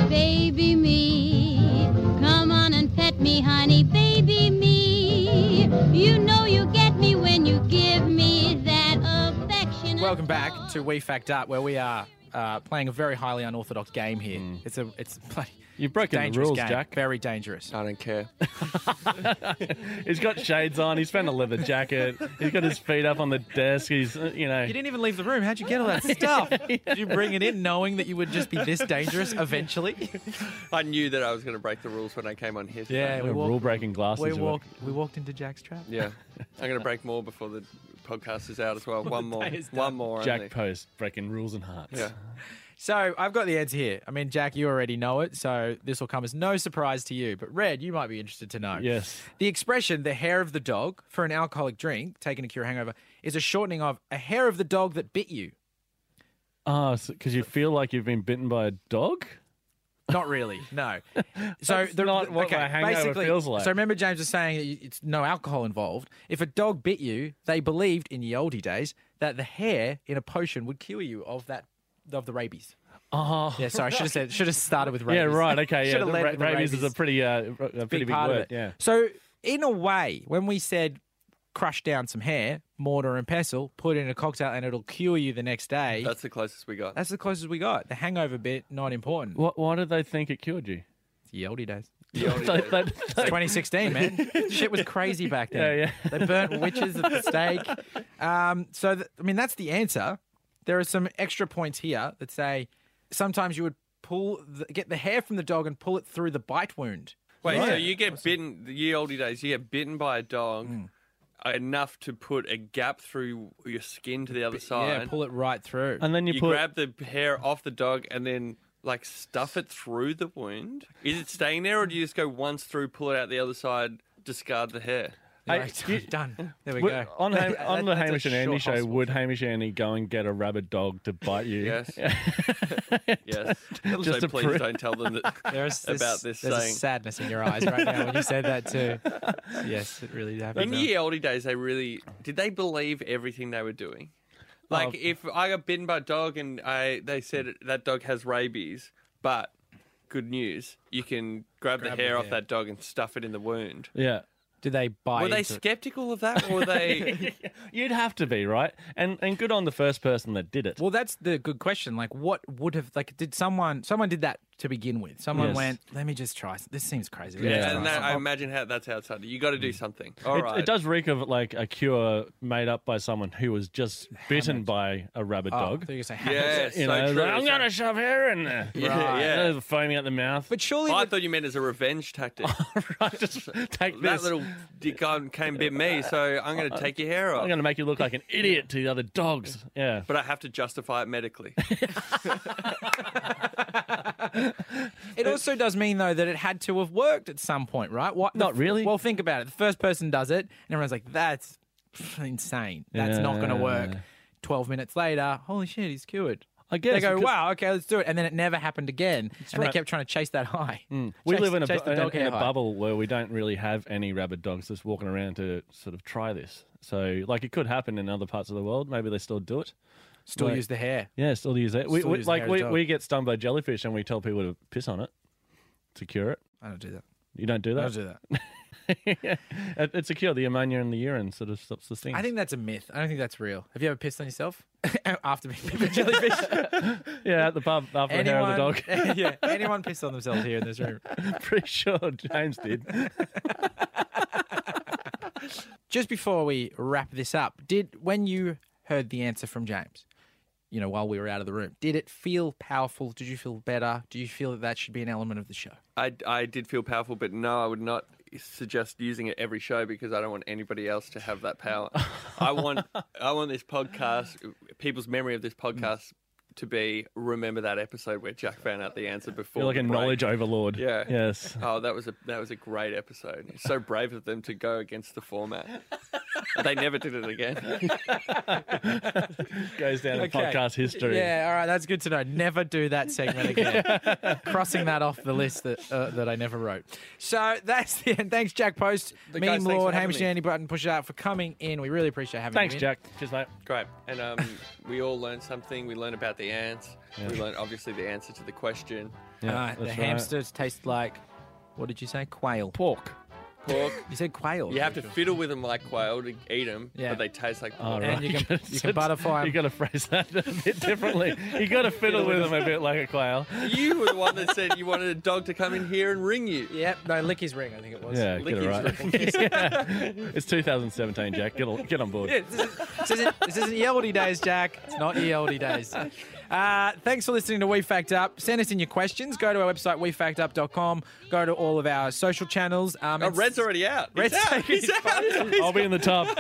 Baby me, come on and pet me, honey. Baby me, you know you get me when you give me that affection.
[laughs] Welcome back to We Fact Up, where we are uh, playing a very highly unorthodox game here. It's a it's a bloody
you've broken the
dangerous
rules,
game.
Jack.
Very dangerous.
I don't care.
He's got shades on. He's found a leather jacket. He's got his feet up on the desk. He's uh, you know.
You didn't even leave the room. How'd you get all [laughs] that stuff? Did you bring it in knowing that you would just be this dangerous [laughs] eventually?
[laughs] I knew that I was going to break the rules when I came on here.
Yeah, we
rule
walked,
breaking glasses.
we
with-
walked we walked into Jack's trap.
Yeah. I'm going to break more before the podcast is out as well. One more.
is done.
One more.
Jack
only.
Post breaking rules and hearts.
Yeah.
So I've got the answer here. I mean, Jack, you already know it, so this will come as no surprise to you. But Red, you might be interested to know.
Yes.
The expression "the hair of the dog" for an alcoholic drink taken to cure a hangover is a shortening of "a hair of the dog that bit you."
Ah, because you feel like you've been bitten by a dog?
Not really,
[laughs]
no. So
That's not what my hangover
basically-
feels like.
So remember, James was saying that you- it's no alcohol involved. If a dog bit you, they believed in the oldie days that the hair in a potion would cure you of that of the rabies.
Oh.
Yeah, sorry, I should have said should have started with Uh-huh. rabies.
[laughs] Yeah,
[laughs]
right. Okay. Yeah.
Should've
The
led
ra-
with the
rabies, is a pretty, uh, a pretty big,
part
word.
of it.
Yeah.
So in a way, when we said crush down some hair, mortar and pestle, put it in a cocktail, and it'll cure you the next day.
That's the closest we got.
that's the closest we got. The hangover bit, not important.
Why, why did they think it
[laughs]
cured you?
The oldie
[laughs]
days.
The oldie
They-
days.
they- they-
2016, man.
[laughs]
Shit was crazy back then.
Yeah, yeah.
They burnt witches
[laughs]
at the stake. Um, so, th- I mean, that's the answer. There are some extra points here that say sometimes you would pull, the, get the hair from the dog and pull it through the bite wound.
Wait, so
Right.
you get bitten, the ye oldie days, you get bitten by a dog enough to put a gap through your skin to the other side.
Yeah, pull it right through.
Oh, and then you,
you
put.
grab the hair off the dog and then like stuff it through the wound. Is it staying there or do you just go once through, pull it out the other side, discard the hair?
Hey,
Right,
you-
done. There we
would-
go.
[laughs] on, Ham-
[laughs] That-
on the
that's a
Hamish and Andy
short
show,
hospital.
would Hamish and Andy go and get a rabid dog to bite you? [laughs]
Yes. Yes.
Just
so
to
please
prove-
don't tell them that.
There's this,
about this
there's
saying.
a sadness in your eyes right now when you said that [laughs] too. Yes, it really happened.
In the ye oldie days, they really did they believe everything they were doing. Like
Oh.
if I got bitten by a dog and I they said that dog has rabies, but good news, you can grab, the hair off that dog and stuff it in the wound.
Yeah.
Do they buy
Were they
into it?
skeptical of that, or were they?
You'd have to be, right? And and good on the first person that did it.
Well, that's the good question. Like, what would have like? Did someone someone did that to begin with? Someone
Yes.
went, "Let me just try. s- This seems crazy." Let me just
yeah,
Yeah. Mm.
and
try
that, I
some."
imagine how that's outside. You got to do something. All
it,
right,
it does reek of like a cure made up by someone who was just bitten by a rabid
Oh, I
dog.
thought you were gonna say
Yeah,
hamburger.
so
You know,
true.
like, I'm
so-
gonna shove hair in there.
Yeah, yeah.
Uh, foaming at the
[laughs]
mouth.
But surely,
I
the-
thought you meant as a revenge
[laughs]
tactic.
[laughs]
right, just take
that
this.
little dick on came bit me, so I'm
[laughs]
going to take your hair
I'm
off.
going to make you
[laughs]
look like an idiot to the other dogs. Yeah.
But I have to justify it
[laughs]
medically.
it
Uh,
also does mean though that it had to have worked at some point, right? What? the
Not
f-
really.
Well, think about it. The first person does it, and everyone's like, "That's [laughs] pff, insane. That's not going to work."
Yeah.
Twelve minutes later, holy shit, he's cured.
I guess
they go,
because-
"Wow, okay, let's do it," and then it never happened again, and
right. Mm.
they kept trying to chase that high.
We
Chase-
live in a,
chase
bu-
the
in-
dog
in
hair
a
high.
bubble where we don't really have any rabid dogs just walking around to sort of try this. So, like, it could happen in other parts of the world. Maybe they still do it.
Still
Like-
use the hair.
Yeah, still use it. We,
Still
we-
use the hair
like
as a
we,
dog.
we get stung by jellyfish and we tell people to piss on it to cure it.
I don't do that.
You don't do
I don't
[laughs] that.
do that.
It- it's a cure. The ammonia in the urine sort of stops the sting.
I think that's a myth. I don't think that's real. Have you ever pissed on yourself [laughs] after
[laughs]
being bit by jellyfish?
yeah, at the pub after the hair of the dog.
dog. [laughs]
[laughs]
yeah, anyone pissed on themselves here in this room.
Pretty sure James
[laughs]
did.
Just before we wrap this up, did when you heard the answer from James, you know, while we were out of the room, did it feel powerful? Did you feel better? Do you feel that that should be an element of the show?
I, I did feel powerful, but no, I would not suggest using it every show because I don't want anybody else to have that power. I want I want this podcast, people's memory of this podcast,
Mm.
to be remember that episode where Jack found out the answer before.
You're like
the
a
break."
knowledge overlord.
Yeah.
Yes.
Oh, that was a that was a great episode. It's so brave of them to go against the format. they never did it again.
Goes down in podcast history.
Yeah, all right, that's good to know. Never do that segment again.
[laughs]
Crossing that off the list that uh, that I never wrote. So that's the end. Thanks, Jack Post,
guys,
Meme
thanks for
Lord,
having
Hamish
me.
and Andy Button, Push It Out for coming in. We really appreciate having
Thanks,
you. in.
Jack. Cheers, mate.
Great, and um, we all learned something. We learned about the ants. We learned obviously the answer to the question.
Yeah,
Uh,
that's
the
right.
hamsters taste like, what did you say? Quail.
Pork.
Pork.
You said quail.
You have to fiddle with them like quail to eat them,
Yeah.
but they taste like
All
pork.
right.
And you
[laughs]
can- you can butterfly 'em.
You got to phrase that [laughs] a bit differently.
[laughs]
You got to fiddle with them a bit like a quail.
You were the one that said you wanted a dog to come in here and ring you.
[laughs] Yep. No, lick his ring, I think it was.
Yeah,
Lick
get it right. [laughs] Yeah. It's 2017, Jack. Get on- get on
[laughs]
board.
This isn't- this isn't, this isn't ye olde days, Jack. It's not ye olde days. Uh, thanks for listening to We Fact Up. Send us in your questions. Go to our website, wefactup.com. Go to all of our social channels. Um,
Oh,
and-
Red's already out.
Red's
He's
[laughs]
out.
taking
He's out.
I'll be in the top.